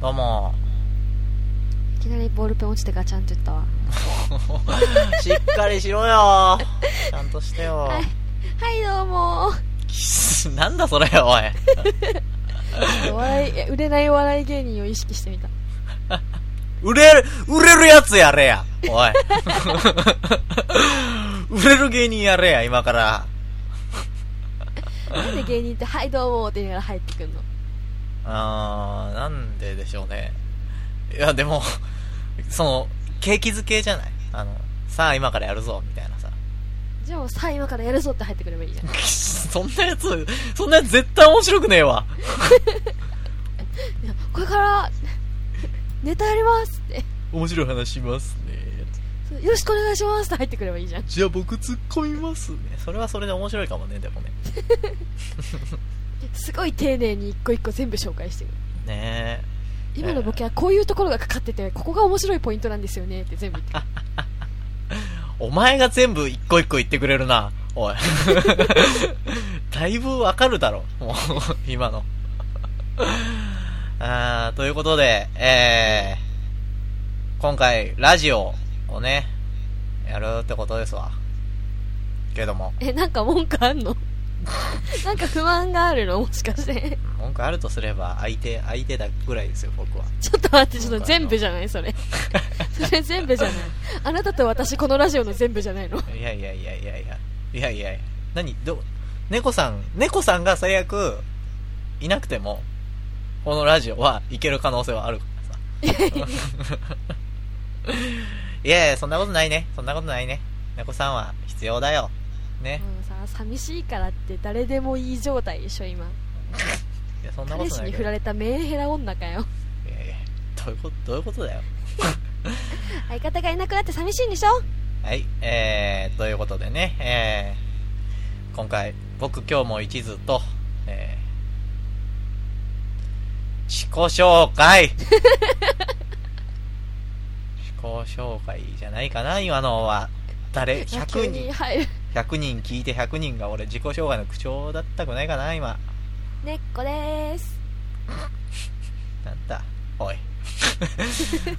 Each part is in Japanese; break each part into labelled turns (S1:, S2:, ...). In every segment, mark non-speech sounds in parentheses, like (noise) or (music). S1: どうも
S2: いきなりボールペン落ちてガチャンって言ったわ
S1: しっかりしろよちゃんとしてよ、
S2: はいはいどうも
S1: (laughs) なんだそれおい
S2: 笑いえ売れない笑い芸人を意識してみた
S1: 売れる売れるやつやれやおい (laughs) 売れる芸人やれや今から
S2: なんで芸人って「はいどうも」って言いながら入ってくんの
S1: あーなんででしょうねいやでもその景気づけじゃないあのさあ今からやるぞみたいなさ (laughs)
S2: じゃあもうさあ今からやるぞって入ってくればいいじゃん
S1: そんなやつそんなやつ絶対面白くねえわ
S2: いやこれからネタやりますって
S1: 面白い話しますね
S2: そうよろしくお願いしますって入ってくればいいじゃん
S1: じゃあ僕突っ込みますねそれはそれで面白いかもねでもね
S2: すごい丁寧に一個一個全部紹介してくる
S1: ね
S2: 今のボケはこういうところがかかっててここが面白いポイントなんですよねって全部言ってくる
S1: えお前が全部一個一個言ってくれるなおい (laughs) だいぶわかるだろもう今のあーということでえー、今回ラジオをねやるってことですわけども
S2: えなんか文句あんのなんか不満があるのもしかして
S1: 文句あるとすれば相手相手だぐらいですよ僕は
S2: ちょっと待ってちょっと全部じゃないそれそれ全部じゃないあなたと私このラジオの全部じゃないの
S1: いやいやいやいやいやいやいやいや何どう猫さん猫さんが最悪いなくてもこのラジオはいける可能性はあるからさ
S2: (laughs)
S1: いやいやそんなことないねそんなことないね猫さんは必要だよね
S2: もうさ寂しいからって誰でもいい状態でしょ今
S1: いやそんなこ
S2: 彼
S1: と
S2: 氏
S1: ない
S2: に
S1: け
S2: 振
S1: ど
S2: られたメンヘラ女かよ
S1: いやいやどういうことどういうことだよ
S2: 相方がいなくなって寂しいんでしょ
S1: はいえー、ということでねえー、今回僕今日も一途とえー、自己紹
S2: (laughs)
S1: 介自己紹介じゃないかな今のは誰
S2: 急
S1: 100
S2: に
S1: 人
S2: 入る
S1: 100人聞いて100人が俺自己紹介の口調だったくないかな今
S2: ねっこでーす
S1: なんだ
S2: (laughs)
S1: おい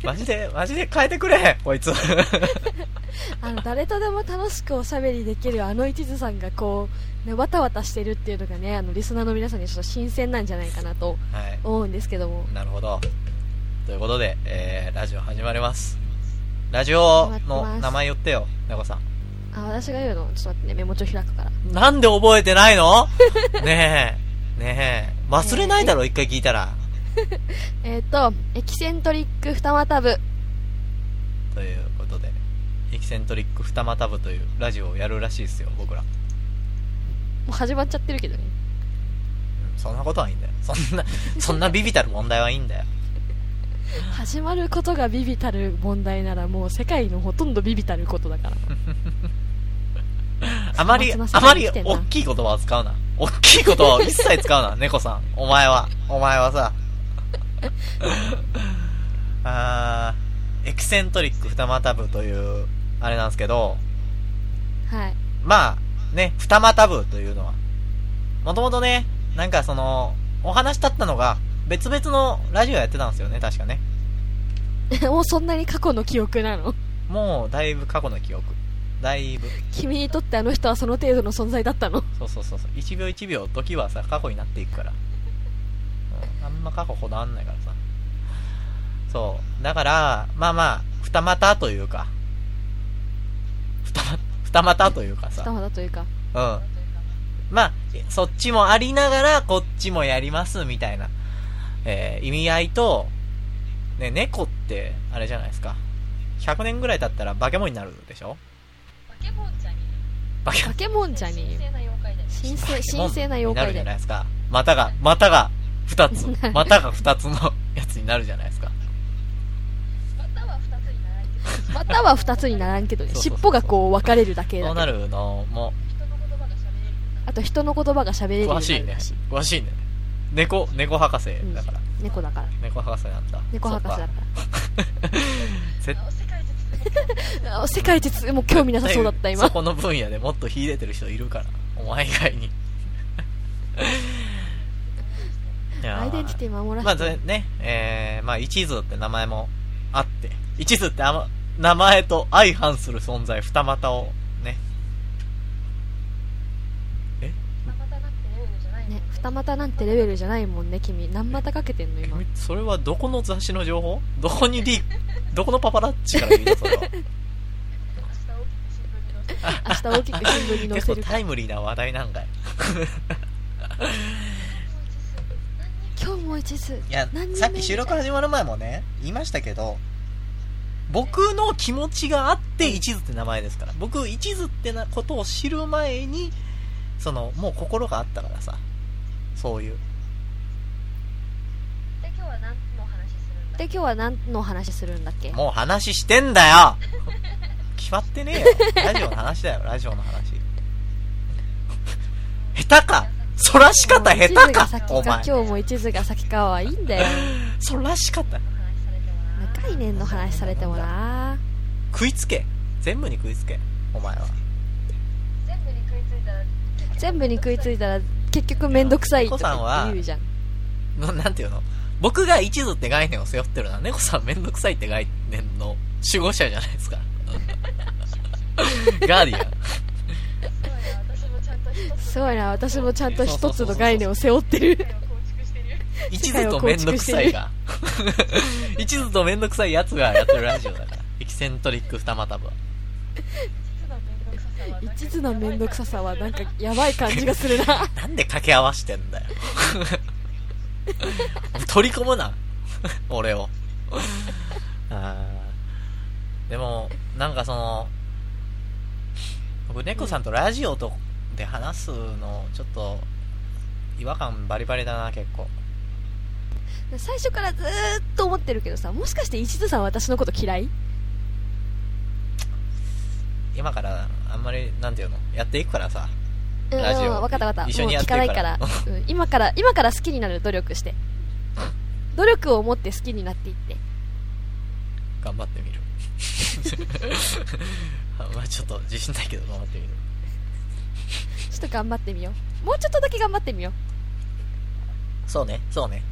S1: マジでマジで変えてくれこい
S2: (laughs)
S1: つ
S2: あの誰とでも楽しくおしゃべりできるあの一途さんがこう、ね、わたわたしてるっていうのがねあのリスナーの皆さんにちょっと新鮮なんじゃないかなと
S1: はい
S2: 思うんですけども
S1: なるほど。ということで、えー、ラジオ始まります。ラジオの名前言ってよ、猫さん。
S2: あ私が言うのちょっと待ってねメモ帳開くから
S1: なんで覚えてない (laughs) のねえ、ねえ、忘れないだろ、一回聞いたら。
S2: えっ、とエキセントリック二股部
S1: ということで、エキセントリック二股部というラジオをやるらしいですよ、僕ら。
S2: もう始まっちゃってるけどね
S1: うんそんなことはいいんだよ。そんな、そんなビビたる問題はいいんだよ。
S2: 始まることがビビたる問題ならもう世界のほとんどビビたることだから
S1: あまり、
S2: その
S1: あ
S2: 世
S1: ま
S2: 界に
S1: り
S2: 来てんな
S1: 大きい言葉を使うな。大きい言葉を一切使うな、 (laughs) 猫さん。お前は、お前はさ。 (laughs) あーエキセントリック二股部という、あれなんですけど、
S2: はい
S1: まあ、ね、二股部というのは、もともとね、なんかその、お話だったのが、別々のラジオやってたんですよね、確かね。
S2: え (laughs) もうそんなに過去の記憶なの
S1: もう、だいぶ過去の記憶。だいぶ。
S2: 君にとってあの人はその程度の存在だったの
S1: そうそうそうそう1秒1秒時はさ過去になっていくから、うん、あんま過去ほどあんないからさそうだからまあまあ二股というか二股二股というかさ
S2: 二股というか
S1: うんまあそっちもありながらこっちもやりますみたいな、えー意味合いと、ね、猫ってあれじゃないですか100年ぐらい経ったら化け物になるでしょ
S3: バケモンじゃね
S1: 化け
S2: 化け物じゃ
S3: え
S2: ね
S3: 神
S2: えよ
S3: 聖な妖怪だよ
S2: 神聖
S1: モン
S2: 神聖な妖
S1: になる
S2: 怪
S1: じ
S2: だ
S1: ゃ
S2: よ
S1: ないですか。股が、股が二
S2: (laughs)
S1: つ、股が二つの (laughs) やつになるじゃないですか。
S3: または二つにならないけど
S2: または二つにならんけどね
S1: そうそう
S2: 尻
S1: そう
S2: 尾がこう分かれるだけだけ
S1: そう
S2: ど
S1: なるのも
S3: 人の言葉が喋れる
S2: あと人の言葉が喋れるようにな
S1: 詳
S2: る
S1: しいね
S2: らしい。
S1: 詳しいね。猫、猫博士だから。
S2: 猫だから
S1: 猫博士なんだ。
S2: 猫博士だか
S1: そっ
S2: (laughs)
S1: 絶
S3: あ世界絶
S2: らあ (laughs) 世界一もう興味なさそうだった今
S1: そこの分野でもっと秀でてる
S2: (laughs)
S1: 人いるから。お前以外に。いや
S2: あ
S1: ー
S2: れだンティティ守 (laughs) ら
S1: まあ、
S2: せ
S1: そ
S2: て
S1: れね、えー、まあ、一途って名前もあって、一途ってあの名前と相反する存在、二股をね、
S3: 二股なんてレベルじゃないもん
S2: ね二
S3: ね
S2: 股なんてレベルじゃないもんね君何股かけてんの今
S1: 君それはどこの雑誌の情報どこにリどこのパパラッチから見たそれは
S3: 明日起きて新聞に載
S2: 明
S3: せて
S2: 日大きく新聞に載
S1: 結
S2: せ
S1: (laughs) 構
S2: る
S1: タイムリーな話題なんかい
S2: 今日も一途
S1: いや
S2: 何にも
S1: さっき収録始まる前もね言いましたけど僕の気持ちがあって一途って名前ですから僕一途ってなことを知る前にそのもう心があったからさそういう
S3: で今日は何の話するんだ
S2: で今日は何の話するんだっけ
S1: もう話してんだよ決まってねえよラジオの話だよラジオの話下手かそらし方下手
S2: もう一途が
S1: か
S2: 先
S1: お
S2: か
S1: 前
S2: 今日も一途が先かはいいんだ
S1: (laughs)
S2: よ
S1: そらし方
S3: の話されてもな
S2: 概念の話されてもな
S1: 食いつけ全部に食いつけお前は
S3: 全部に食いついたら
S2: 全部に食いついたら結局めんどくさいとか言うじゃん
S1: ななんていうの僕が一途って概念を背負ってるのは猫さんめんどくさいって概念の守護者じゃないですかガーディア
S2: (laughs)
S1: ン
S3: すごいな私もちゃんと一つ
S2: す
S3: の
S2: ごいな私もちゃんと一つの概念を背負ってる
S3: 世界を構築してる
S1: 一途とめんどくさいが (laughs) 一途とめんどくさいやつがやってるラジオだからエキセントリック二股部は
S3: 一途の面倒くささは
S2: 一途のめんどくささはなんかやばい感じがする
S1: (laughs)
S2: な
S1: なんで掛け合わしてんだよ取り込むな俺をあーでもなんかその僕猫さんとラジオとで話すのちょっと違和感バリバリだな結構
S2: 最初からずーっと思ってるけどさもしかして一途さんは私のこと嫌い
S1: 今からあんまりなんていうのやっていくからさ
S2: うん
S1: ラジオ
S2: 分かった分かった
S1: 一緒に
S2: も
S1: や
S2: う
S1: っ
S2: 聞
S1: て
S2: か
S1: る
S2: な
S1: か
S2: いからら、
S1: (laughs)
S2: うん今から今から好きになる努力して努力を持って好きになっていって
S1: 頑張ってみる (laughs) まあちょっと自信ないけど頑張ってみる
S2: ちょっと頑張ってみようもうちょっとだけ頑張ってみよ
S1: そうね、そうね。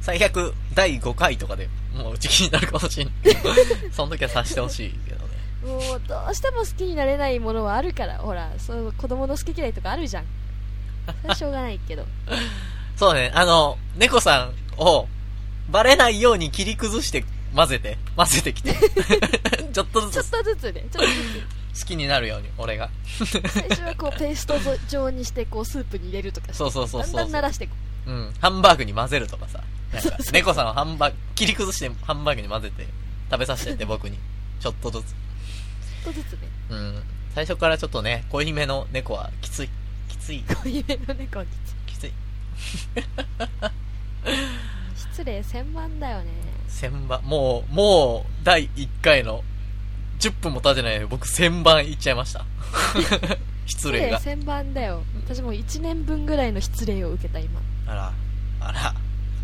S1: 最悪、第5回とかでもう打ち切りになるかもしんないけど、
S2: (laughs)
S1: その時はさしてほしいけどね。
S2: うもうどうしても好きになれないものはあるからほらそう子供の好き嫌いとかあるじゃんそれはしょうがない
S1: (laughs)
S2: けど
S1: そうね、あの、猫さんを、バレないように切り崩して、混ぜて、混ぜてき
S2: (laughs)
S1: て。ちょっと
S2: ち
S1: ず
S2: ょっ
S1: つ
S2: とずつねちょっとず
S1: 好きになるように、俺が。
S2: つ最初はこうペースト状にしてこうスープに入れるとかして
S1: そうそうそうそう
S2: だんだん慣らしていく
S1: うん、ハンバーグに混ぜるとかさ。なんか猫さんをハンバーグ、切り崩してハンバーグに混ぜて、食べさせてって僕に。ちょっとずつ。
S2: ちょっとずつね
S1: うん。最初からちょっとね、濃いめの猫はきつい。きつい。
S2: こういうの猫はきつい
S1: きつい。
S2: 失礼千万だよね
S1: 千番、もう、もう、第1回の、10分も経ってないのに僕千番いっちゃいました。 (laughs) 失礼が。
S2: 千万だよ私もう1年分ぐらいの失礼を受けた今
S1: あら、あら。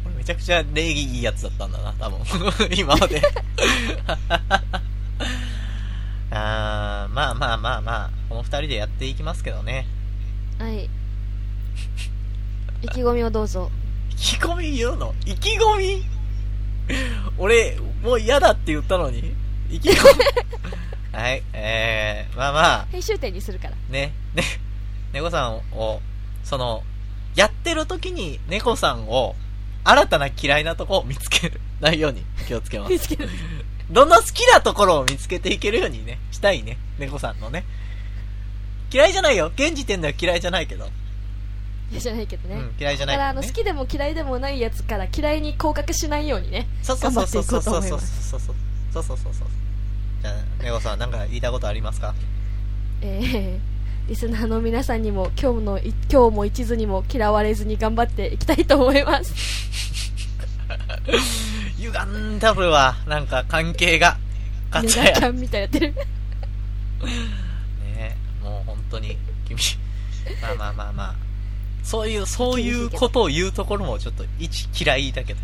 S1: 俺めちゃくちゃ礼儀いいやつだったんだな、多分。 (laughs) 今まで。 (laughs) あーまあまあまあまあ、この二人でやっていきますけどね。
S2: はい意気込みをどうぞ
S1: 意気込み言うの意気込み俺、もう嫌だって言ったのに意気込みはい、えー、まあまあ、
S2: 編集点にするから
S1: ね、ね、猫さんを、その、やってる時に猫さんを、新たな嫌いなとこを見つけないように気をつけま
S2: 見 (laughs)
S1: す。
S2: つける
S1: どんどん好きなところを見つけていけるようにね、したいね、猫さんのね。嫌いじゃないよ。現時点では嫌いじゃないけど。
S2: いやじゃないけどね、
S1: うん、嫌いじゃ
S2: だ
S1: ない
S2: か
S1: け
S2: ら
S1: ど、
S2: あの
S1: ね
S2: 好。きでも嫌いでもないやつから嫌いに降格しないようにね
S1: そうそうそうそうそうそう
S2: 頑張っていこ
S1: そうそう
S2: うと思います
S1: そうそう。そうそうそうそう。じゃあ、猫さん、なんか言いたいことあります
S2: (laughs)
S1: か
S2: えー、リスナーの皆さんにも今日のい今日も一途にも嫌われずに頑張っていきたいと思います
S1: 歪んだるわ。なんか関係が。ガチャ
S2: ネ
S1: や
S2: ガキャンみたいなやっ
S1: (laughs)
S2: てる
S1: ねえもう本当に
S2: (laughs)
S1: 君まあまあまあまあそういうそういうことを言うところもちょっと一嫌いだけど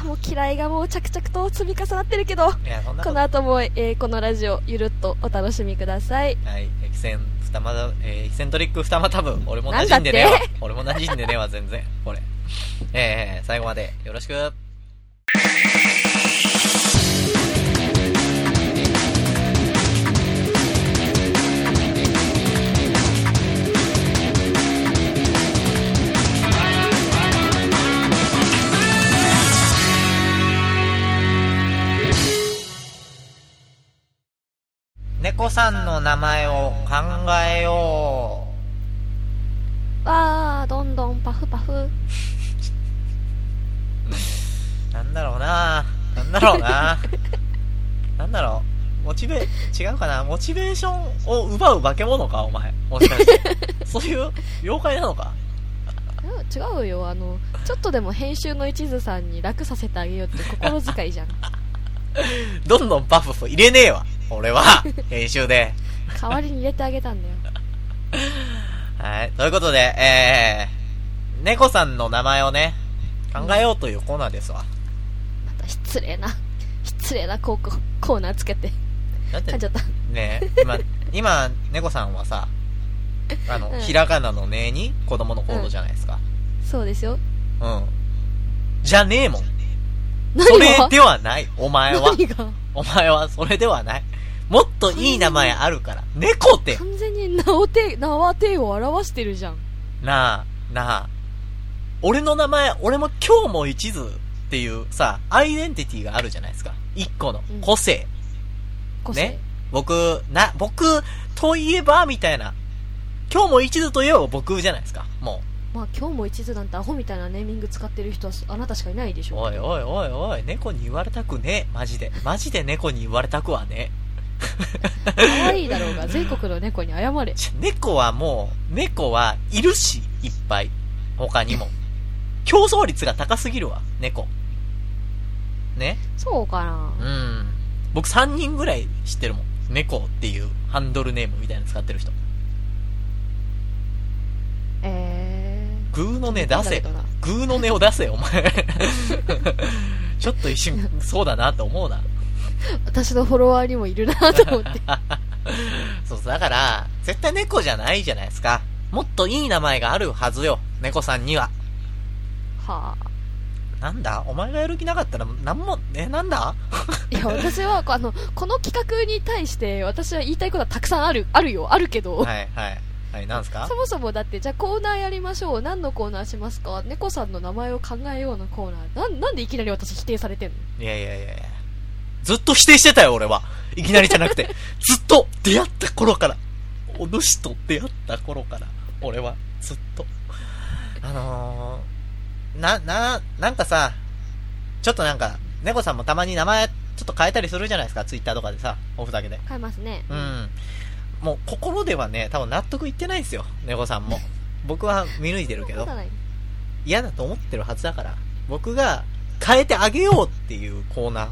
S2: あもう嫌いがもう着々と積み重なってるけど
S1: いやそんなこ
S2: ことの後も、えーこのラジオゆるっとお楽しみください
S1: はいエキセン二股えーエキセントリック二股分俺も馴染んでねえ
S2: な
S1: わ
S2: んだって
S1: (laughs) 俺も馴染んでねえわ全然これえー、最後までよろしく猫さんの名前を考えよう
S2: わあどんどんパフパフ
S1: なんだろうななんだろうななんだろうモチベ、違うかなモチベーションを奪う化け物かお前。もしか (laughs) して。そういう妖怪なのか
S2: うん違うよあのちょっとでも編集の一途さんに楽させてあげようって心遣 (laughs) いじゃん
S1: どんどんバフフ入れねえわ。俺は。編集で。
S2: 代わりに入れてあげたんだよ
S1: はい。ということで、えー、猫さんの名前をね、考えようというコーナーですわ。
S2: また失礼な失礼なコーココーナーつけて
S1: だって
S2: 噛んじゃった
S1: ねえ、今、今、猫さんはさ、あの、
S2: うん
S1: ひらがなのねに子供の頃じゃないですか。
S2: そうですよ
S1: うん。じゃねえもん。そ
S2: 何
S1: れ
S2: が
S1: ではない。お前は。
S2: 何が
S1: お前はそれではない。もっといい名前あるから。猫って。
S2: 完全に縄手縄手を表してるじゃん
S1: なあ、なあ。俺の名前、俺も今日も一途っていうさ、アイデンティティがあるじゃないですか。一個の
S2: うん
S1: 個性。
S2: 個性、
S1: ね。僕、な、僕といえば、みたいな。今日も一途といえば僕じゃないですか。も
S2: まあ今日も一途なんてアホみたいなネーミング使ってる人はあなたしかいないでし
S1: う。
S2: ょ
S1: おいおいおいおい、猫に言われたくねえ。マジで。マジで猫に言われたくはねえ。
S2: 可愛いだろうが全国の猫に謝れ
S1: 猫はもう、猫はいるし、いっぱい。他にも。競争率が高すぎるわ、猫。ね
S2: そうかな
S1: うん。僕3人ぐらい知ってるもん。猫っていうハンドルネームみたいなの使ってる人。
S2: え
S1: グーの
S2: ー
S1: 音出せ。グーの音を出せ、お前。 (laughs) ちょっと一瞬、そうだなって思うな。
S2: 私のフォロワーにもいるなと思って
S1: (laughs)
S2: (laughs)
S1: そう、だから、絶対猫じゃないじゃないですか。もっといい名前があるはずよ。猫さんには。
S2: はあ
S1: なんだお前がやる気なかったら、なんも、え、なんだ
S2: いや私はこうあのこの企画に対して私は言いたいことはたくさんあるあるよあるけど、
S1: はいはい。はい、なんすか
S2: そもそもだってじゃあコーナーやりましょう何のコーナーしますか猫さんの名前を考えようのコーナーなんなんでいきなり私否定されてんの
S1: いやいやいやいや。ずっと否定してたよ、俺は。いきなりじゃな (laughs) くて。ずっと出会った頃から。お主と出会った頃から。俺は、ずっと。あのー、な、な、なんかさ、ちょっとなんか、猫さんもたまに名前、ちょっと変えたりするじゃないですか、ツイッターとかでさ、オフだけで。
S2: 変えますね
S1: うん。もう、心ではね、多分納得いってないですよ、猫さんも。僕は見抜いてるけ
S2: そんなこ
S1: ど
S2: と。ない
S1: 嫌だと思ってるはずだから、僕が変えてあげようっていうコーナー。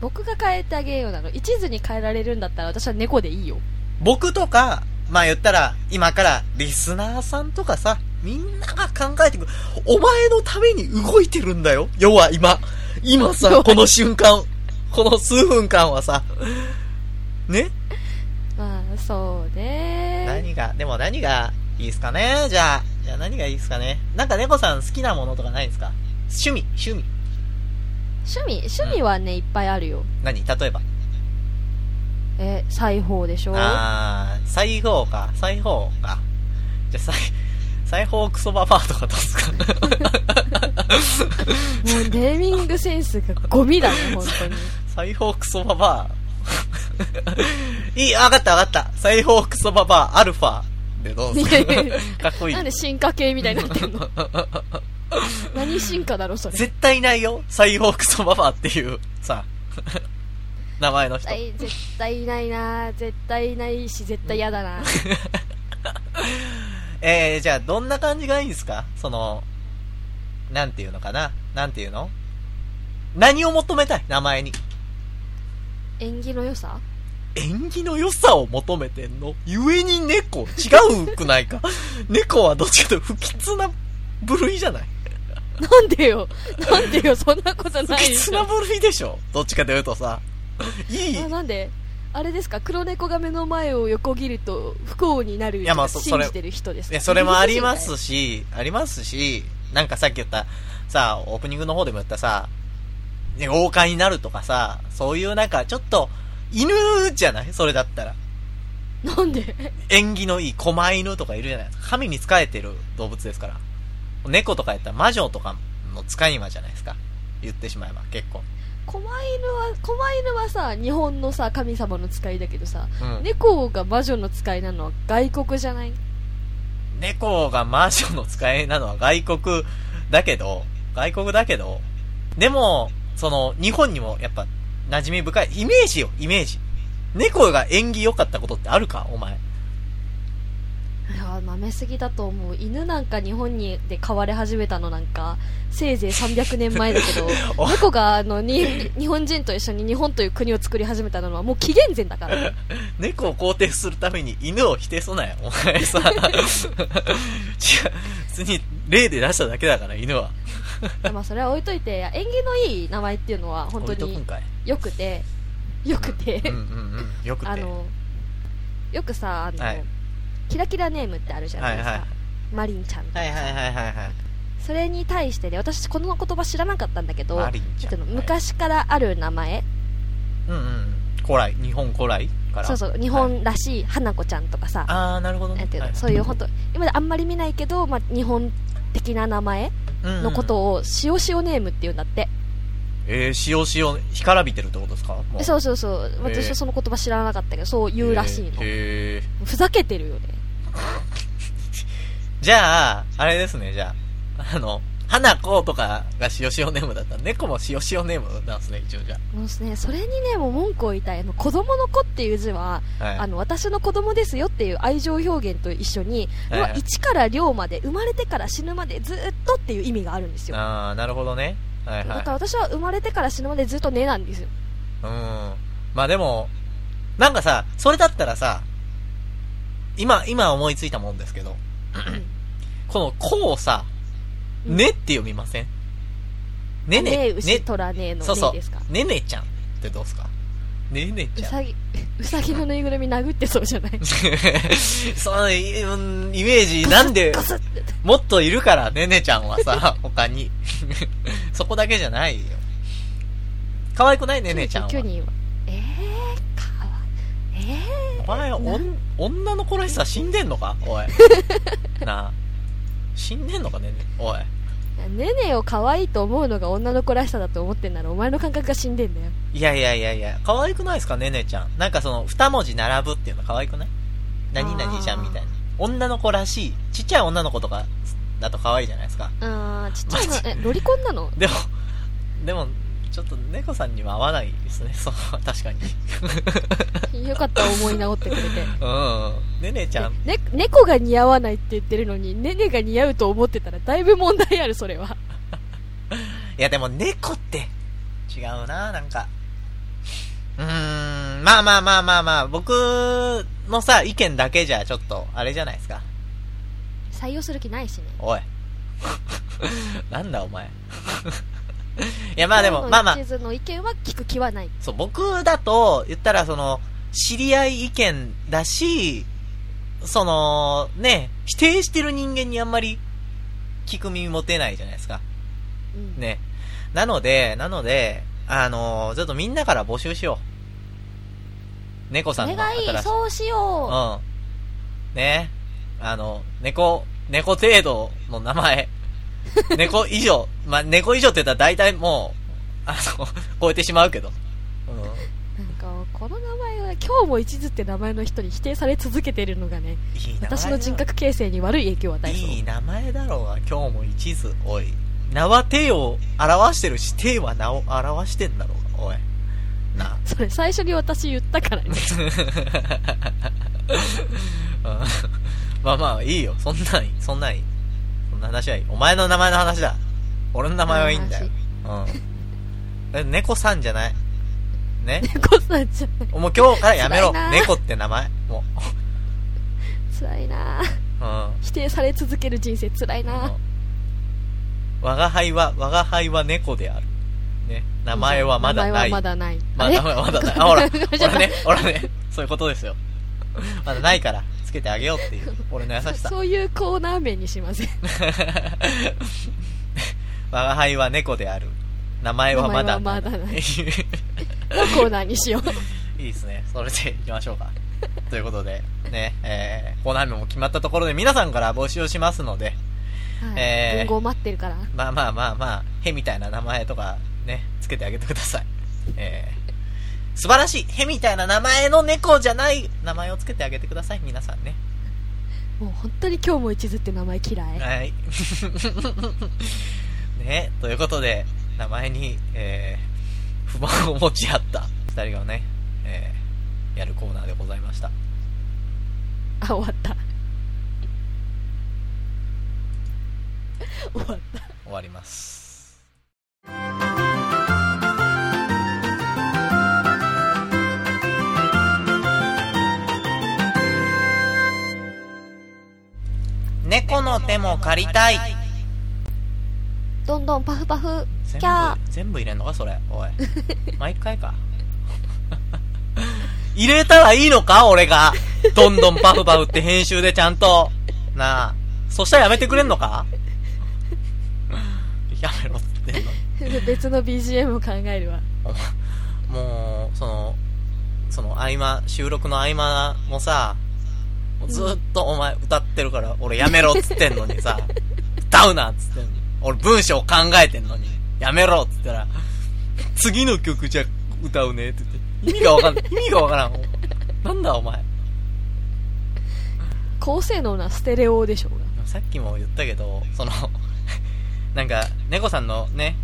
S2: 僕が変えてあげようなの一途に変えられるんだったら私は猫でいいよ
S1: 僕とか、まあ言ったら、今からリスナーさんとかさ、みんなが考えてくる。お前のために動いてるんだよ。要は今。今さ、この瞬間。この数分間はさ。ね
S2: まあそうね
S1: 何が、でも何がいいですかねじゃあ。じゃあ何がいいですかねなんか猫さん好きなものとかないですか趣味、趣味。
S2: 趣味趣味はねいっぱいあるよ
S1: 何例えば。
S2: え裁縫でしょ
S1: あー、裁縫か、裁縫か。じゃあ、裁、裁縫クソババアとかどうすか (laughs)
S2: もうネーミングセンスがゴミだ (laughs) ね本当に
S1: 裁縫クソババア。いい、わかったわかった。裁縫クソババア、アルファ。で
S2: (laughs)
S1: どうす
S2: いやいやい
S1: かかっこいい
S2: なん。で進化系みたいに (laughs) なってんの何進化だろそれ
S1: 絶対いないよ。裁縫クソババアっていう、さ、名前の人。
S2: 対絶対いないな絶対いないし絶対嫌だな
S1: えー、じゃあ、どんな感じがいいんですかその、なんていうのかななんていうの何を求めたい名前に。
S2: 縁起の良さ
S1: 縁起の良さを求 (laughs) めてんの故に猫違うくないか猫はどっちかというと不吉な部類じゃない
S2: なんでよなんでよそんなことない
S1: き
S2: で
S1: つ
S2: し
S1: な
S2: ょ
S1: 部類でしょどっちかというとさ。いい
S2: あ。なんであれですか黒猫が目の前を横切ると不幸になる
S1: いやまあ
S2: と
S1: そ
S2: 信
S1: それ
S2: じてる人ですか
S1: ね、それもありますし、ありますし、なんかさっき言った、さ、オープニングの方でも言ったさ、ね、王冠になるとかさ、そういうなんかちょっと、犬じゃないそれだったら。
S2: (laughs) なんで (laughs)
S1: 縁起のいい狛犬とかいるじゃないですか。神に仕えてる動物ですから。猫とかやったら魔女とかの使い魔じゃないですか。言ってしまえば、結構。
S2: 狛犬は狛犬はさ日本のさ神様の使いだけどさ、
S1: うん。
S2: 猫が魔女の使いなのは外国じゃない
S1: 猫が魔女の使いなのは外国だけど、外国だけど、でも、その、日本にもやっぱ、馴染み深い。イメージよ、イメージ。猫が縁起良かったことってあるかお前。
S2: いやー舐めすぎだと思う犬なんか日本にで飼われ始めたのなんかせいぜい300年前だけ (laughs) ど
S1: お
S2: 猫があのに日本人と一緒に日本という国を作り始めたのはもう紀元前だからね
S1: 猫を肯定するために犬を否定すなよ。お前さ。 (laughs) 違う、普通に例で出しただけだから、犬は。
S2: まあそれは置いといていや縁起のいい名前っていうのは本当
S1: 置いとくん
S2: に
S1: かい。
S2: よくてよくて、
S1: うんうんうん。よくて。
S2: あのよくさあの、
S1: はい
S2: キラキラネームってあるじゃないですか、
S1: はいは
S2: マリンちゃんとか
S1: はいはいはいはいはい。
S2: それに対してで私この言葉知らなかったんだけど
S1: マリンちゃん
S2: ちょっと昔からある名前、
S1: うんうん。古来、日本古来から。
S2: そうそう日
S1: はい
S2: 本らしい花子ちゃんとかさ、
S1: あー、なるほどね。
S2: なんていうの
S1: は
S2: そういう本当今まであんまり見ないけど、まあ、日本的な名前のことを塩塩ネームって言うんだって、
S1: えー、塩塩、干からびてるってことですかも
S2: そううそうそう私はその言葉知らなかったけどそう
S1: い
S2: 言うらしいの、
S1: えーえ
S2: ふざけてるよね
S1: ーじゃあ、あれですね、じゃあ。あの、花子とかが塩塩ネームだったら、猫も塩塩ネームなんですね、一応じゃ
S2: もうねそれにねもう文句を言いたいあの子供の子っていう字は、
S1: あ。はい。
S2: あの私の子供ですよっていう愛情表現と一緒に、
S1: はいはい
S2: 1から寮まで生まれてから死ぬまでずっとっていう意味があるんですよ
S1: あー、なるほどね。はい
S2: だ
S1: はい
S2: から。私は生まれてから死ぬまでずっとねなんですよ
S1: うん。まあでも、なんかさ、それだったらさ、今、今思いついたもんですけど、この子をさ、
S2: うん
S1: ねって読みませんねね、
S2: ね
S1: ね、
S2: 牛取らねえの
S1: そうそ
S2: ね
S1: う
S2: ですか。
S1: ねねちゃんってどうすかねね
S2: う
S1: ちゃん。
S2: さぎうさぎのぬいぐるみ殴ってそうじゃない
S1: (laughs) そのいうんイメージなんで
S2: ガ、スって
S1: もっといるから、ねねちゃんはさ、他に。 (laughs) そこだけじゃないよ。可愛くないねねちゃんは。
S2: 99人はえー、かわいいえ
S1: お前、お
S2: なん
S1: 女の子らしさ死んでんのかおい。なあ。死んでんのかねねおい。
S2: ー、ねねを可愛いと思うのが女の子らしさだと思ってんならお前の感覚が死んでんだよ
S1: いやいやいやいや、可愛くないですかねねちゃん。なんかその、二文字並ぶっていうの可愛くない何々ちゃんみたいな。女の子らしい。ちっちゃい女の子とか、だと可愛いじゃないですか。
S2: あーちっちゃい
S1: マジ
S2: のえロリコンなの
S1: でも、でも、ちょっと猫さんには合わないですね、そう、確かに。
S2: よかった思い直ってくれて
S1: うん。ねねちゃん、
S2: ね、猫が似合わないって言ってるのにねねが似合うと思ってたらだいぶ問題あるそれはい
S1: やでも猫って、違うな、なんか。うーん、まあまあまあまあまあ、僕のさ、意見だけじゃちょっと、あれじゃないですか。
S2: 採用する気ないしね
S1: おい。 (laughs) なんだお前。い (laughs) やまあでも、まあまあ
S2: 一、途の意見は聞く気はない
S1: そう、僕だと、言ったら、その、知り合い意見だし、その、ね、否定してる人間にあんまり、聞く耳持てないじゃないですか。
S2: うん
S1: ね。なので、なので、あのーちょっとみんなから募集しよう。猫さん
S2: お
S1: の
S2: 願い
S1: 新しい。
S2: そうしよ
S1: うん。
S2: う
S1: ね。あの、猫、猫程度の名
S2: (laughs)
S1: 前。猫以上。まあ、猫以上って言ったら大体もう、あの、超えてしまうけど。うん。
S2: なんかこの名前は今日も一途って名前の人に否定され続けてるのがね
S1: いい名前だ
S2: 私の人格形成に悪い影響を与えそう
S1: いい名前だろうが今日も一途おい名は手を表してるし手は名を表してんだろうがおいなあ
S2: それ最初に私言ったからね
S1: うん (laughs) まあまあいいよそんなんいいそんなんいいそんな話はいいお前の名前の話だ俺の名前はいいんだようんえ猫さんじゃない
S2: (laughs)
S1: ね
S2: 猫さんじゃない
S1: もう今日からやめろ
S2: 辛いな
S1: 猫って名前も
S2: 辛いな
S1: ううん
S2: 否定され続ける人生辛いな
S1: うん我が輩は、我が輩は猫である。ね。名前はまだ
S2: 名前
S1: ない。
S2: はまだない。
S1: まあ、
S2: あれ
S1: 名前はまだない。あ、ほら、
S2: (laughs) ごめ
S1: ほ
S2: んなさい
S1: らね、ほらね。そういうことですよ。まだないから、つけてあげようっていう、俺の優しさ。
S2: そういうコーナー名にし
S1: (laughs)
S2: ません。
S1: 我が輩は猫である。名前はまだ
S2: 名前はまだな
S1: い
S2: いのコーナーにしよう。
S1: いですね。それで行きましょうか。ということで、ね、えー、コーナー名も決まったところで皆さんから募集をしますので、
S2: はい
S1: えー
S2: 文豪待ってるから。
S1: まあまあまあまあ、へみたいな名前とかね、つけてあげてください。えー、素晴らしいへみたいな名前の猫じゃない名前をつけてあげてください、皆さんね。
S2: もう本当に今日も一途って名前嫌い。
S1: はい。 (laughs) ね、ということで、名前に、えー、不満を持ち合った二人がね、えー、やるコーナーでございました。
S2: あ、終わった。終わった。
S1: 終わります。猫の手も借りたい。
S2: どんどんパフパフ。
S1: 全
S2: キャー
S1: 部、全部入れんのかそれ。おい。 (laughs) 毎回か。入れたらいいのか俺が。どんどんパフパフって編集でちゃんと。なあ。そしたらやめてくれんのか (laughs) やめろって言ってんのに
S2: (laughs) 別の BGM を考えるわ。
S1: もうそのその合間収録の合間もさもうずっとお前歌ってるから俺やめろっつってんのにさ歌うなっつってんの俺文章考えてんのにやめろっつったら次の曲じゃ歌うねって言って意味がわかんない意味がわからんもうなんだお前
S2: 高性能なステレオでしょうが。
S1: さっきも言ったけどその (laughs) なんか猫さんのね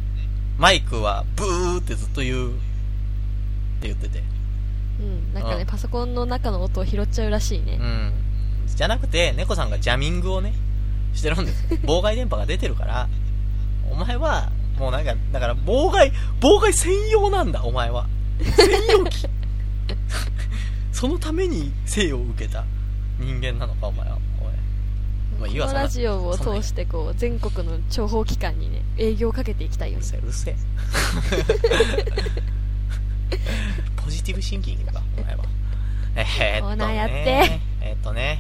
S1: マイクはブーってずっと言うって言ってて
S2: うん。なんか
S1: う
S2: ね、
S1: ん
S2: パソコンの中の音を拾っちゃうらしいね
S1: う。ん、じゃなくて猫さんがジャミングをねしてるんです妨害電波が出てるからお前はもうなんかだから妨害妨害専用なんだお前は専用機そのために生を受けた人間なのかお前はおい、まあ、いいわ
S2: こ
S1: そ
S2: の
S1: んな
S2: ラジオを通してこう全国の諜報機関にね営業をかけていきたいよ
S1: うる
S2: ね
S1: せえうるせえポジティブシンキングかお前はえー、っと
S2: コーナー
S1: ね
S2: やって
S1: えー、っとね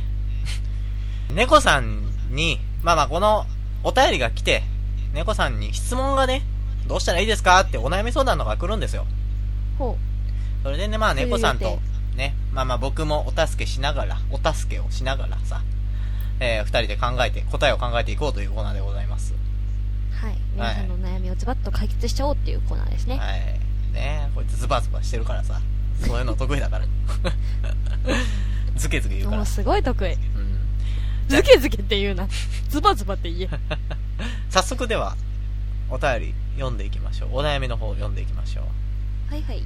S1: 猫さんにまあまあこのお便りが来て猫さんに質問がねどうしたらいいですかってお悩み相談のが来るんですよ
S2: ほ
S1: それでねまあ
S2: そういう
S1: 猫さん
S2: 予
S1: とねまあまあ僕もお助けしながらお助けをしながらさえー、二人で考えて答えを考えていこうというコーナーでございます
S2: うはい皆さんの悩みをズバッと解決しちゃおうっていうコーナーですね、
S1: はい。ねえこいつズバズバしてるからさ。そういうの得意だ
S2: (laughs)
S1: から。ズケズケ言うか
S2: も
S1: ら
S2: う。すごい得意
S1: うん。
S2: ズケズケって言うなズバズバって言え
S1: 早速では、お便り読んでいきましょう。お悩みの方読んでいきましょう。
S2: はいはい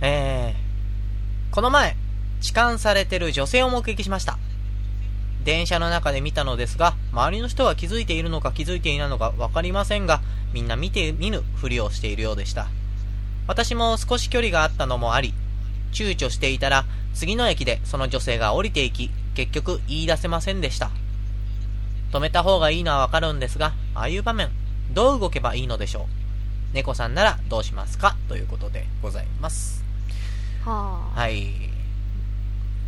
S1: えー、この前、痴漢されてる女性を目撃しました。電車の中で見たのですが、周りの人は気づいているのか気づいていないのかわかりませんが、みんな見て見ぬふりをしているようでした。私も少し距離があったのもあり、躊躇していたら、次の駅でその女性が降りていき、結局言い出せませんでした。止めた方がいいのはわかるんですが、ああいう場面、どう動けばいいのでしょう。猫さんならどうしますかということでございます。
S2: はあ
S1: はい。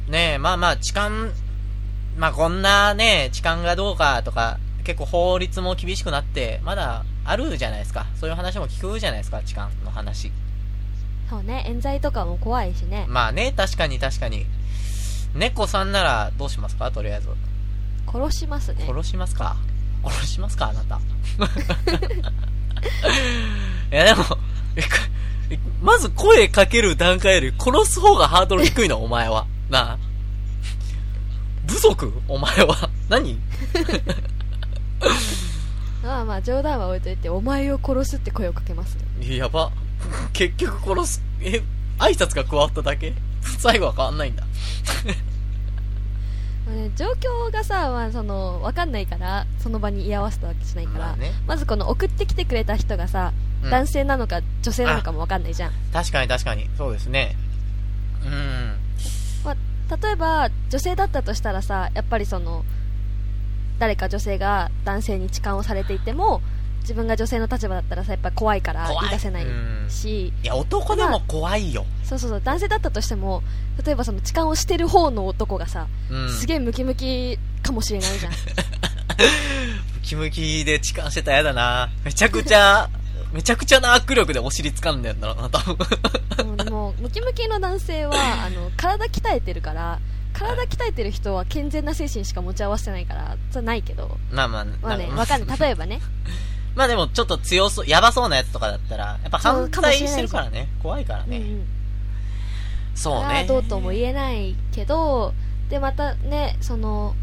S1: ねえ、まあまあ、痴漢、まあこんなね、痴漢がどうかとか、結構法律も厳しくなって、まだあるじゃないですか。そういう話も聞くじゃないですか、痴漢の話。
S2: そうね冤罪とかも怖いしね
S1: まあね、確かに確かに。猫さんならどうしますかとりあえず。
S2: 殺しますね
S1: 殺します
S2: (laughs)
S1: か殺しますかあなた。いやでも、 (laughs) えかえまず声かける段階より殺す方がハードル低いの、お前は。なあ。部族お前は。何
S2: まあまあ冗談は置いといてお前を殺すって声をかけますね
S1: やば。結局殺す、え、挨拶が加わっただけ最後は変わんないんだ。
S2: まあね状況がさ、まあ、その分かんないからその場に居合わせたわけじゃないから、
S1: まあね
S2: まずこの送ってきてくれた人がさ、
S1: うん
S2: 男性なのか女性なのかも分かんないじゃん、
S1: 確かに確かに。そうですね。うん。
S2: まあ、例えば女性だったとしたらさやっぱりその誰か女性が男性に痴漢をされていても自分が女性の立場だったらさやっぱ怖いから
S1: 怖い
S2: 言い出せない
S1: うん
S2: し、
S1: いや男でも怖いよ、
S2: そうそうそう男性だったとしても例えばその痴漢をしてる方の男がさ、
S1: うん、
S2: すげえムキムキかもしれないじゃん
S1: ムキムキで痴漢してたらやだなめちゃくち (laughs) ゃめちゃくちゃな握力でお尻掴んでんだろうな多分
S2: もうでもムキムキの男性はあの体鍛えてるから体鍛えてる人は健全な精神しか持ち合わせてないからじゃないけど
S1: (laughs) まあまあ、
S2: まあね
S1: まあ
S2: わかんない例えばね
S1: まあでもちょっと強そうやばそうなやつとかだったらやっぱ
S2: そう
S1: 反
S2: かも
S1: 対
S2: しれ
S1: し
S2: ない
S1: てるからね怖いから
S2: う
S1: (laughs)
S2: ん
S1: ね、
S2: うん
S1: そう
S2: から
S1: ね
S2: どうとも言えないけどでまたねその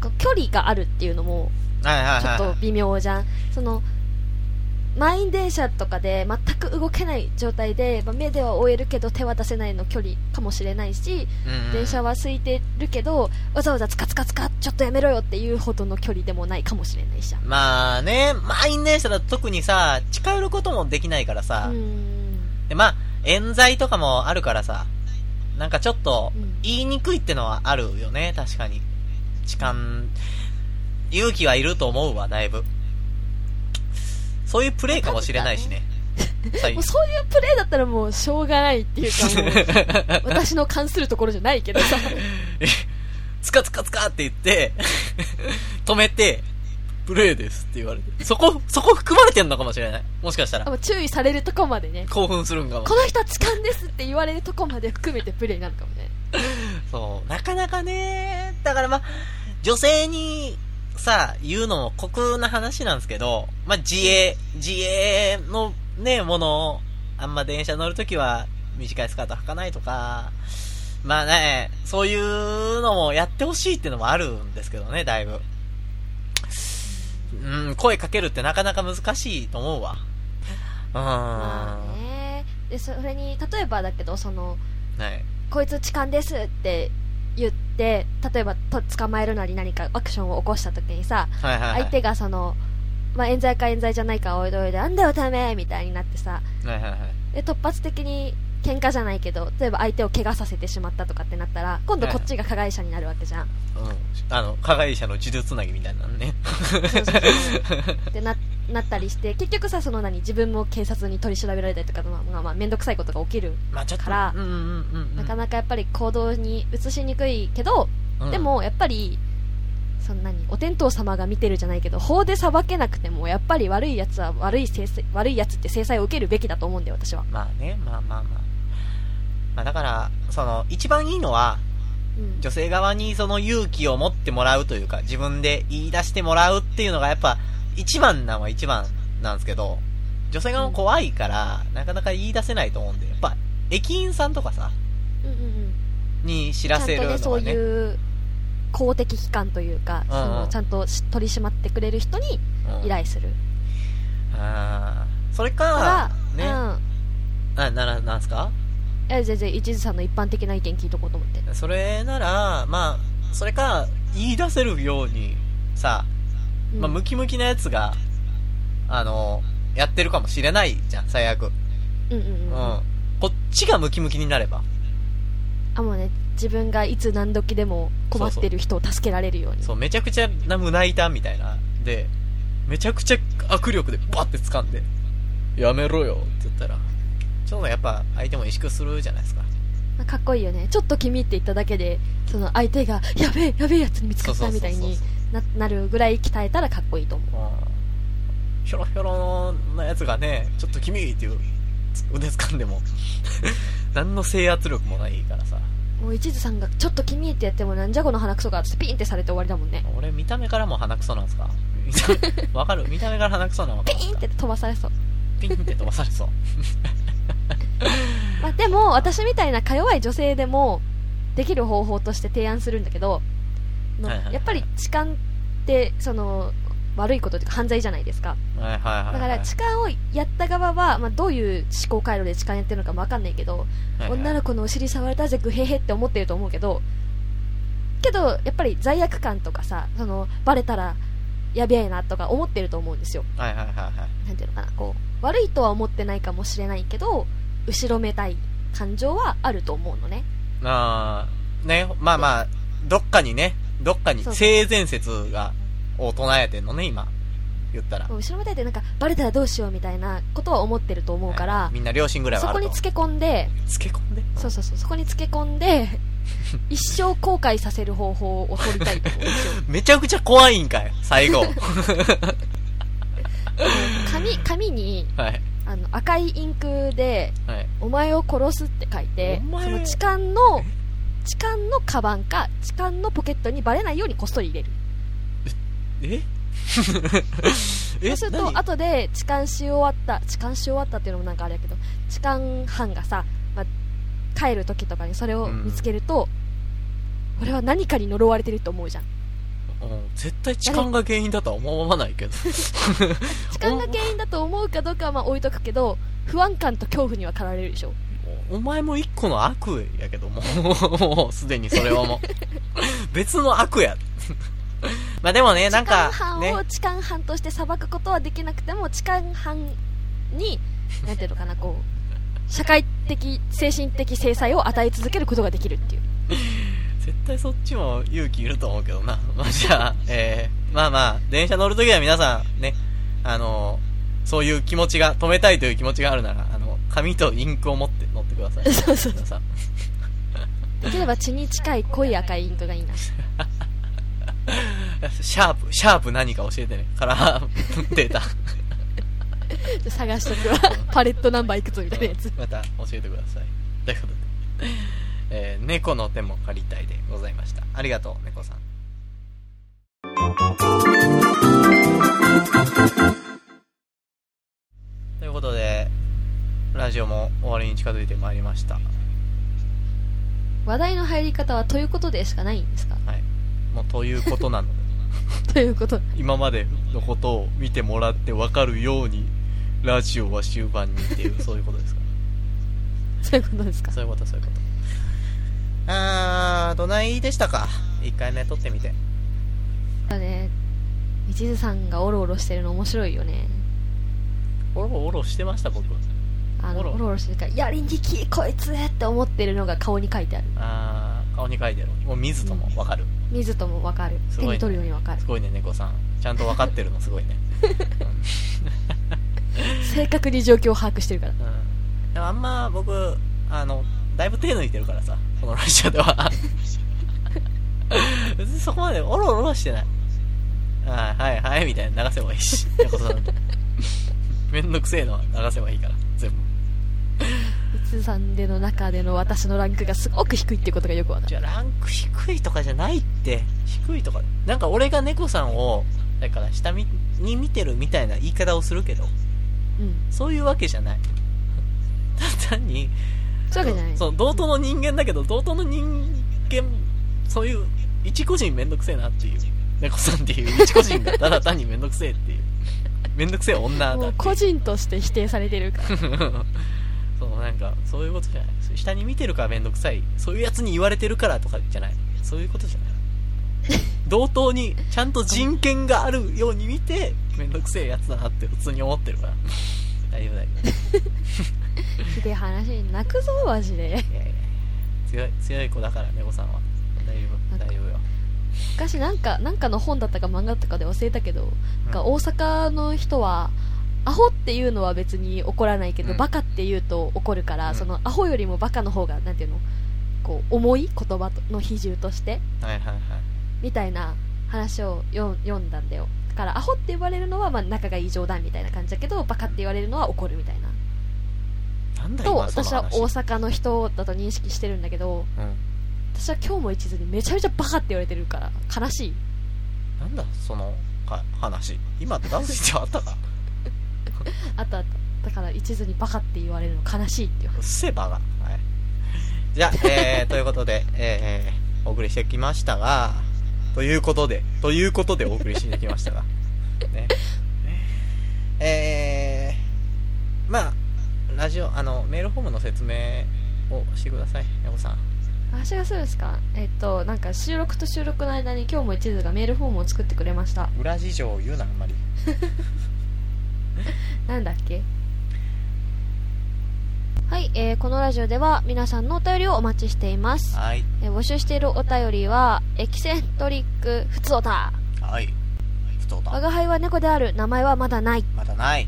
S2: こう距離があるっていうのも
S1: はいはい
S2: ちょっと
S1: は
S2: 微妙じゃんその満員電車とかで全く動けない状態で、まあ目では追えるけど手は出せないの距離かもしれないし
S1: い、うんうん
S2: 電車は空いてるけどわざわざつかつかつかちょっとやめろよっていうほどの距離でもないかもしれないじゃん
S1: まあね満員電車だと特にさ近寄ることもできないからさ、
S2: うーん
S1: でまあ冤罪とかもあるからさなんかちょっと
S2: うん
S1: 言いにくいってのはあるよね確かに痴漢勇気はいると思うわだいぶそういうプレイかもしれないしねそうい
S2: (laughs)
S1: う
S2: もうそういうプレーだったらもうしょうがないっていうかもう
S1: (laughs)
S2: 私の関するところじゃないけどさ
S1: (laughs) つかつかつかって言って、 (laughs) 止めて、プレイですって言われて。そこ、そこ含まれてんのかもしれない。もしかした
S2: あ
S1: ら。
S2: もう注意されるとこまでね
S1: 興奮するんかも
S2: こ。の人は痴漢ですって言われるとこまで含めてプレーになるかもね
S1: そう。なかなかね、だからまあ、女性にさ、言うのも酷な話なんですけど、まあ自衛、自衛のね、ものを、あんま電車乗るときは短いスカート履かないとか、まあね、そういうのもやってほしいっていうのもあるんですけどね、だいぶ。うん、声かけるってなかなか難しいと思うわ。うーん。
S2: まあねでそれに例えばだけどその
S1: はい。
S2: こいつ痴漢ですって言って例えばと捕まえるなり何かアクションを起こした時にさ
S1: はいはいはい。
S2: 相手がその、まあ、冤罪か冤罪じゃないかおいどいでなんだよためみたいになってさ
S1: はいはいはい。
S2: で突発的に喧嘩じゃないけど例えば相手を怪我させてしまったとかってなったら今度こっちが加害者になるわけじゃん
S1: (laughs) うん、あの加害者の呪術つなぎみたいなのね
S2: そうそうそうってななったりして結局さその何自分も警察に取り調べられたりとかまあまあまあ面倒、くさいことが起きる、
S1: まあちょっと
S2: から
S1: うんうんうんうん
S2: なかなかやっぱり行動に移しにくいけど、
S1: うん
S2: でもやっぱりそんなにお天道様が見てるじゃないけど法で裁けなくてもやっぱり悪いやつは悪い制裁悪いやつって制裁を受けるべきだと思うんだよ私は、
S1: まあねまあまあまあ、まあ、だからその一番いいのは
S2: うん、
S1: 女性側にその勇気を持ってもらうというか自分で言い出してもらうっていうのがやっぱ一番なんは一番なんですけど女性側も怖いから、なかなか言い出せないと思うんでやっぱ駅員さんとかさ
S2: うんうんうん
S1: に知
S2: ち
S1: ら
S2: ゃんと
S1: せるのが
S2: ね
S1: ね
S2: そういう公的機関というか、
S1: うん
S2: そのちゃんとし取り締まってくれる人に
S1: うん
S2: 依頼する
S1: あーそれ
S2: か、
S1: からね、
S2: うん
S1: あならなんすか
S2: いや全然一途さんの一般的な意見聞いとこうと思って
S1: それなら、まあ、それか、言い出せるように、さ、
S2: うん
S1: まあ、ムキムキなやつが、あの、やってるかもしれないじゃん、最悪。うん。
S2: うんうんうん、あ
S1: こっちがムキムキになれば。
S2: もうね自分がいつ何時でも困ってる人を助けられるように
S1: そう、めちゃくちゃな胸板みたいな。で、めちゃくちゃ握力でバッて掴んで、やめろよって言ったら、ちょっとやっぱ相手も萎縮するじゃないですか。
S2: まあかっこいいよねちょっと君って言っただけでその相手がやべえやべえやつに見つか
S1: そう
S2: っ
S1: そう
S2: た
S1: そう
S2: みたい
S1: そう
S2: にななるぐらい鍛えたらかっこいいと思う
S1: うんひょろひょろなやつがね、ちょっと君っていう腕掴んでも、 (laughs) 何の制圧力もないからさ。
S2: もう一途さんがちょっと君ってやってもなんじゃこの鼻くそがっつってピンってされて終わりだもんね
S1: 俺見た目からもう鼻くそなんすか (laughs) 見たわかる見た目から鼻くそなのか
S2: ピーンって飛ばされそう
S1: ピンって飛ばされそう。
S2: まあ、でも私みたいなか弱い女性でもできる方法として提案するんだけど、の
S1: はいはいはい
S2: やっぱり痴漢ってその悪いことというか犯罪じゃないですか
S1: はいはいはい、は
S2: だ
S1: い。
S2: から痴漢をやった側は、まあ、どういう思考回路で痴漢やってるのかもわかんないけど、
S1: はいはい
S2: 女の子のお尻触れたぜグヘヘって思ってると思うけどけどやっぱり罪悪感とかさそのバレたらやべえなとか思ってると思うんですよ
S1: はいはいはいはい。
S2: なんていうのかなこう悪いとは思ってないかもしれないけど後ろめたい感情はあると思うのね
S1: まあ、ね、まあまあ、どっかにね、どっかに
S2: そう
S1: 性善説が、を唱えてんのね、今。言ったら
S2: もう後ろめたいってなんかバレたらどうしようみたいなことは思ってると思うから、
S1: はいみんな両親ぐらい
S2: そ
S1: はあ
S2: こ
S1: る
S2: に
S1: と
S2: つけ込んで
S1: つけ込んで
S2: そうそうそうそこにつけ込んで一生後悔させる方法を取りたいと思
S1: (laughs)
S2: うんですよ
S1: めちゃくちゃ怖いんかい最
S2: (laughs)
S1: 後
S2: 紙紙に
S1: はい
S2: あの赤いインクで
S1: はい
S2: 「お前を殺す」って書いて
S1: お前
S2: その痴漢の痴漢のカバンか痴漢のポケットにバレないようにこっそり入れる (laughs)
S1: ええ
S2: そうする
S1: 何
S2: と後で痴漢し終わった痴漢し終わったっていうのもなんかあれやけど痴漢犯がさ、まあ帰る時とかにそれを見つけると、俺は何かに呪われてると思うじゃん
S1: うん絶対痴漢が原因だとは思わない
S2: (laughs)
S1: けど
S2: 痴漢が原因だと思うかどうかはまあ置いとくけど不安感と恐怖には駆られるでしょ
S1: おお前も一個の悪やけども (laughs) うもうすでにそれは
S2: (laughs)
S1: もう別の悪や (laughs) まあでもねなん
S2: 痴漢
S1: か
S2: 犯
S1: ね
S2: を痴漢犯として裁くことはできなくても痴漢犯になんていうのかなこう社会的精神的制裁を与え続けることができるっていう
S1: 絶対そっちも勇気いると思うけどな (laughs) まあじゃあ、えー、まあまあ電車乗るときは皆さんねあのそういう気持ちが止めたいという気持ちがあるならあの紙とインクを持って乗ってください
S2: (laughs) そうそう
S1: 皆さん
S2: できれば血に近い濃い赤いインク
S1: (laughs)
S2: がいいな
S1: シャープシャープ何か教えてねからデータ
S2: 探しとくわパレットナンバーいくつみたいなやつ
S1: また教えてくださいということで、えー猫の手も借りたいでございましたありがとう猫さんということでラジオも終わりに近づいてまいりましたはい
S2: 話題の入り方はということでしかないんですか
S1: もうということなので
S2: ということ
S1: 今までのことを見てもらって分かるようにラジオは終盤にっていうそういうことですか
S2: そういうことですか
S1: そういうこと、そういうこと。あー、どないでしたか一回ね、撮ってみて。
S2: だね道津さんがオロオロしてるの面白いよね
S1: おろおろしてました、僕。
S2: あの
S1: オ
S2: オ
S1: ロ
S2: ロオロしてるからやりにきこいつって思ってるのが顔に書いてある
S1: あー、顔に書いてる。もう見ずともわかる。
S2: 見ずともわかる、
S1: す
S2: 手
S1: ごいね
S2: に取るようにわかる
S1: すごいね、猫さん。ちゃんとわかってるの、すごい (laughs) ね。
S2: 正確に状況を把握してるから
S1: うん。でもあんま、僕、あの、だいぶ手抜いてるからさ、このラジオで (laughs) は。別にそこまでおろおろはしてない。あーはいはい、みたいな流せばいいし、猫さ (laughs) ん。めんどくせえのは流せばいいから、全部。
S2: 道津さんでの中での私のランクがすごく低いってことがよくわかる
S1: じゃあランク低いとかじゃないって低いとかなんか俺が猫さんをだから下見に見てるみたいな言い方をするけど
S2: うん
S1: そういうわけじゃない (laughs) ただ単に
S2: そういうわけじゃない
S1: そう同等の人間だけど同等の人間そういう一個人めんどくせえなっていう猫さんっていう一個人がただ単にめんどくせえっていうめんどくせえ女だって
S2: も
S1: いう
S2: う個人として否定されてるから
S1: (laughs) そうなんかそういうことじゃないそう下に見てるからめんどくさいそういうやつに言われてるからとかじゃないそういうことじゃない同等にちゃんと人権があるように見てめんどくせえやつだなって普通に思ってるから大丈夫大丈
S2: ひでえ話泣くぞマジで
S1: 夫いやいや強い強い子だから猫さんは大丈夫
S2: なんか
S1: 大丈夫よ
S2: 昔なんかなんかの本だったか漫画だったかで忘れたけど、なんか
S1: うん
S2: 大阪の人はアホっていうのは別に怒らないけど、
S1: うん
S2: バカっていうと怒るから、
S1: うん
S2: そのアホよりもバカの方がなんていうのこう重い言葉との比重として
S1: はいはいはい
S2: みたいな話をよ読んだんだよだからアホって言われるのはまあ仲がいい冗談みたいな感じだけどバカって言われるのは怒るみたいな
S1: なんだ
S2: と
S1: 今その
S2: 私は
S1: 話
S2: 大阪の人だと認識してるんだけど
S1: うん
S2: 私は今日も一途にめちゃめちゃバカって言われてるから悲しい
S1: なんだそのか話今出す必要あったか
S2: あとあとだから一途にバカって言われるの悲しいっていう
S1: うっせえバカ、はい、じゃあ、えー、ということで、えー、お送りしてきましたがということでということでお送りしてきましたがねえー、まあラジオあのメールフォームの説明をしてくださいヤコさん
S2: 私がするんですかえっとなんか収録と収録の間に今日も一途がメールフォームを作ってくれました
S1: 裏事情を言うなあんまり
S2: なんだっけはい、えーこのラジオでは皆さんのお便りをお待ちしています、
S1: はい
S2: えー募集しているお便りはエキセントリックふつおた
S1: はい普そうだ
S2: 我が輩は猫である名前はまだない
S1: まだない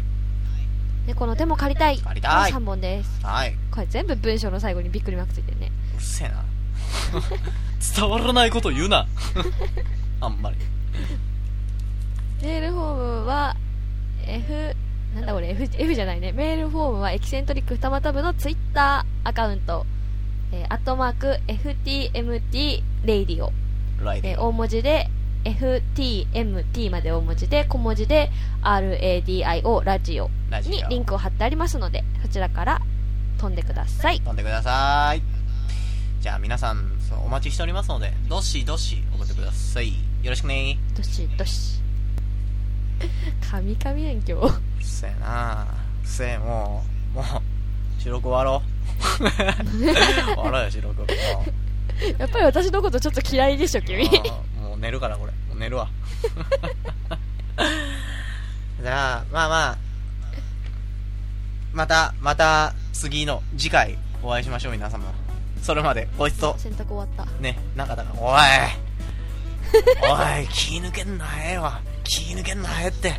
S2: 猫の手も借りたい
S1: 借りたい
S2: 3本です
S1: はい
S2: これ全部文章の最後にびっくりマークついてるね
S1: うるせえ (laughs) な伝わらないこと言うなあんまり
S2: メールフォームは F なんだこれ F, F じゃないねメールフォームはエキセントリック二股部のツイッターアカウント、えーアットマーク FTMT レイディオ、
S1: ライデ
S2: え
S1: ィ
S2: ー
S1: オ
S2: 大文字で FTMT まで大文字で小文字で RADIO ラジオ
S1: ラジ
S2: に
S1: オ
S2: リンクを貼ってありますのでそちらから飛んでください
S1: 飛んでくださいじゃあ皆さんそうお待ちしておりますのでどしどし送ってくださいよろしくね
S2: どしどし (laughs) カミカミやん
S1: (laughs)
S2: 今日
S1: うるせえなうるせえもうもう収録終わろ
S2: (laughs)
S1: う終わろうよ収録もう
S2: やっぱり私のことちょっと嫌いでしょ君
S1: あーもう寝るからこれもう寝るわ (laughs) じゃあまあまあまたまた次の次回お会いしましょう皆様それまでこいつと
S2: (laughs) 洗濯終わった
S1: ね中田がおいおい気抜けんなええわ気抜けんなええって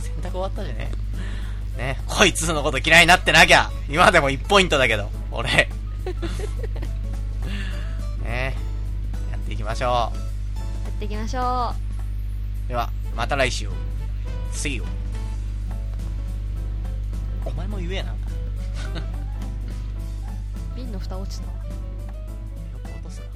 S1: 洗濯終わったじゃねねこいつのこと嫌いになってなきゃ今でも1ポイントだけど俺 (laughs) ねやっていきましょ
S2: やっていきましょ
S1: うではまた来週 See you お前も言えなよ
S2: う瓶の蓋落ちた
S1: く落とすな